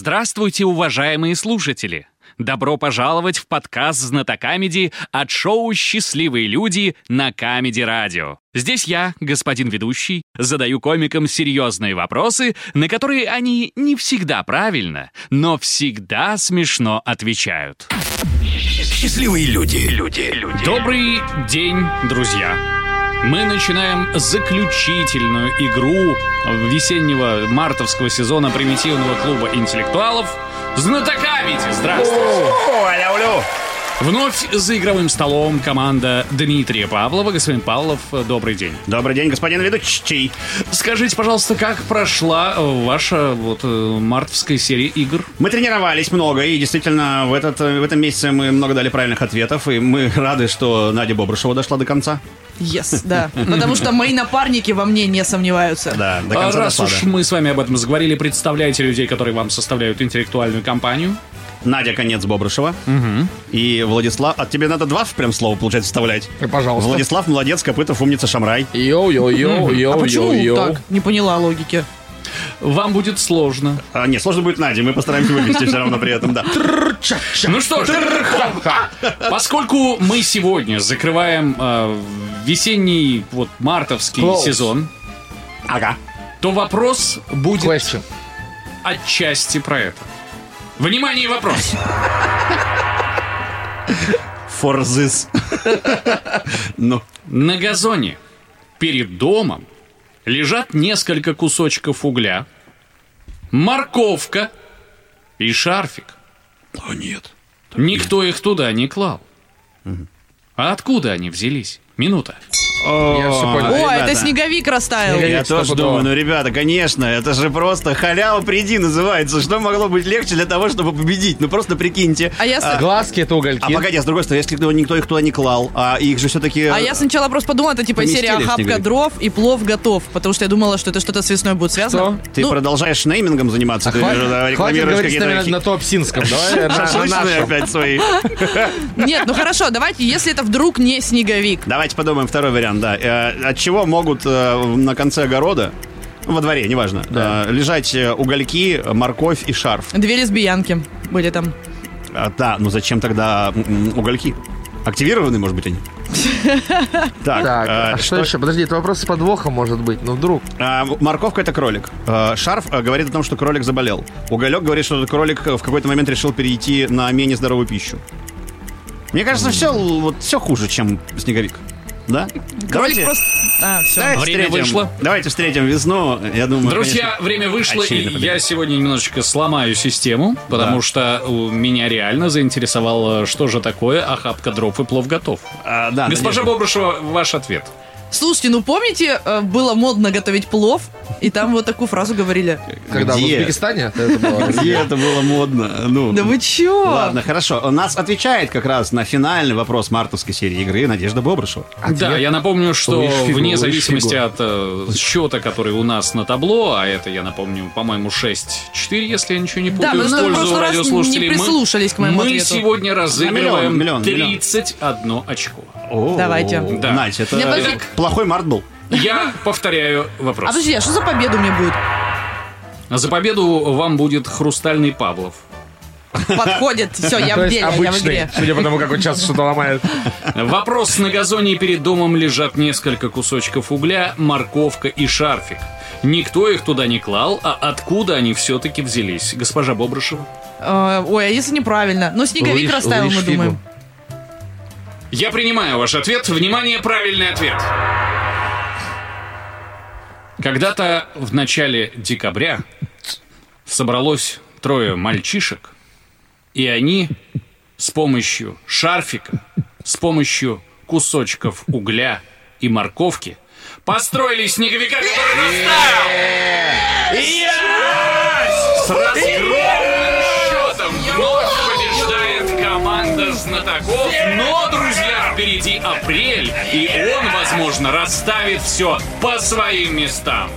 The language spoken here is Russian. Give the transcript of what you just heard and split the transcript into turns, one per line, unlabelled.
Здравствуйте, уважаемые слушатели! Добро пожаловать в подкаст «Знатокамеди» от шоу «Счастливые люди» на Камеди Радио. Здесь я, господин ведущий, задаю комикам серьезные вопросы, на которые они не всегда правильно, но всегда смешно отвечают.
Счастливые люди. Люди, люди.
Добрый день, друзья! Мы начинаем заключительную игру весеннего мартовского сезона примитивного клуба интеллектуалов «Знатокамити». Здравствуйте! Вновь за игровым столом команда Дмитрия Павлова. Господин Павлов, э, добрый день.
Добрый день, господин ведущий.
Скажите, пожалуйста, как прошла э, ваша вот э, мартовская серия игр?
Мы тренировались много, и действительно, в, этот, э, в этом месяце мы много дали правильных ответов, и мы рады, что Надя Бобрышева дошла до конца.
Yes, да. Потому что мои напарники во мне не сомневаются.
Да, до
А
конца
Раз
дошла,
уж
да.
мы с вами об этом заговорили, представляете людей, которые вам составляют интеллектуальную компанию.
Надя Конец Бобрышева. И Владислав... А тебе надо два прям слова, получается, вставлять?
Э, Пожалуйста.
Владислав Молодец, Копытов, Умница, Шамрай.
Йоу-йоу-йоу,
А почему
йоу-йоу.
так? Не поняла логики.
Вам будет сложно.
А, нет, сложно будет Надя, мы постараемся вывести все равно при этом, да.
Ну что ж, поскольку мы сегодня закрываем э, весенний, вот, мартовский
Close.
сезон,
Ага.
то вопрос будет
Question.
отчасти про это. Внимание, вопрос.
For this. Ну,
На газоне перед домом лежат несколько кусочков угля, морковка и шарфик.
о нет.
Никто их туда не клал. А откуда они взялись? Минута.
Я все
О,
понял.
А, ребята.
это снеговик растаял.
Снеговик.
Я тоже
стопудово.
думаю, ну, ребята, конечно, это же просто халява приди называется. Что могло быть легче для того, чтобы победить? Ну, просто прикиньте.
А я, с-
Глазки это угольки.
А погоди, а с другой стороны, если кто- никто их туда не клал, а их же все-таки...
а я сначала просто подумала, это типа
Поместили
серия «Охапка
снеговик».
дров» и «Плов готов», потому что я думала, что это что-то с весной будет связано.
Ты
Ну,
продолжаешь неймингом заниматься, ты
Хватит,
э,
хватит
рекламируешь
говорить с нами на
какие-то
туапсинском. Давай э, на- на
шашлычные
нашем.
опять свои.
Нет, ну хорошо, давайте, если это вдруг не снеговик.
Давайте подумаем второй вариант, да. Э, От чего могут э, на конце огорода, ну, во дворе, неважно, э, лежать э, угольки, морковь и шарф?
Две лесбиянки были там.
А, Да, ну зачем тогда м, м, угольки? Активированы, может быть, они?
Так,
э,
а что еще? Подожди, это вопрос с подвохом может быть, ну вдруг.
А, морковка это кролик. А, шарф а, говорит о том, что кролик заболел. Уголек говорит, что этот кролик а, в какой-то момент решил перейти на менее здоровую пищу. Мне кажется, все, вот, все хуже, чем снеговик. Да?
Кролик просто... А, все.
давайте
Время
встретим,
вышло.
Давайте встретим весну. Я думаю,
Друзья, время вышло, и
Ну, очевидно
я сегодня немножечко сломаю систему, потому
Да.
что у меня реально заинтересовало, что же такое охапка дров и плов готов.
конечно, а, да,
Госпожа
Надежда.
Бобрышева, ваш ответ.
Слушайте, ну помните, э, было модно готовить плов, и там вот такую фразу говорили.
Когда в
Где?
Узбекистане это было.
Где это было модно? Ну,
Да вы чё?
Ладно, хорошо. У Нас отвечает как раз на финальный вопрос мартовской серии игры Надежда Бобрышева.
Да, я напомню, что
Лишь фигу,
вне
лишь
зависимости
фигу.
от э, счета, который у нас на табло, а это, я напомню, по-моему, 6-4, если я ничего не
Да,
путаю,
мы,
в
наверное, в
пользу
прошлый раз
радиослушателей,
не
мы-
прислушались к моему
мы
ответу.
сегодня разыгрываем
миллион, миллион.
31 очко.
О,
Давайте.
Да.
Надь, это
Мне подожди-
плохой март был.
Я повторяю
А
вопрос.
подожди, а что за победу мне будет?
За победу вам будет хрустальный Павлов.
Подходит, все, я
То
в
есть
деле, я в
обычный,
игре.
судя по тому, как он часто что-то ломает.
Вопрос. На газоне перед домом лежат несколько кусочков угля, морковка и шарфик. Никто их туда не клал, а откуда они все-таки взялись? Госпожа Бобрышева.
Э, Ой, а если неправильно? Ну, снеговик
Лишь-
растаял,
лишь
мы
фигу.
думаем.
Я принимаю ваш ответ. Внимание, правильный ответ. Когда-то в начале декабря собралось трое мальчишек, и они с помощью шарфика, с помощью кусочков угля и морковки построили снеговика, который растаял. С разгромным счетом вновь побеждает команда знатоков. Но, друзья, впереди апрель, и он, возможно, расставит все по своим местам.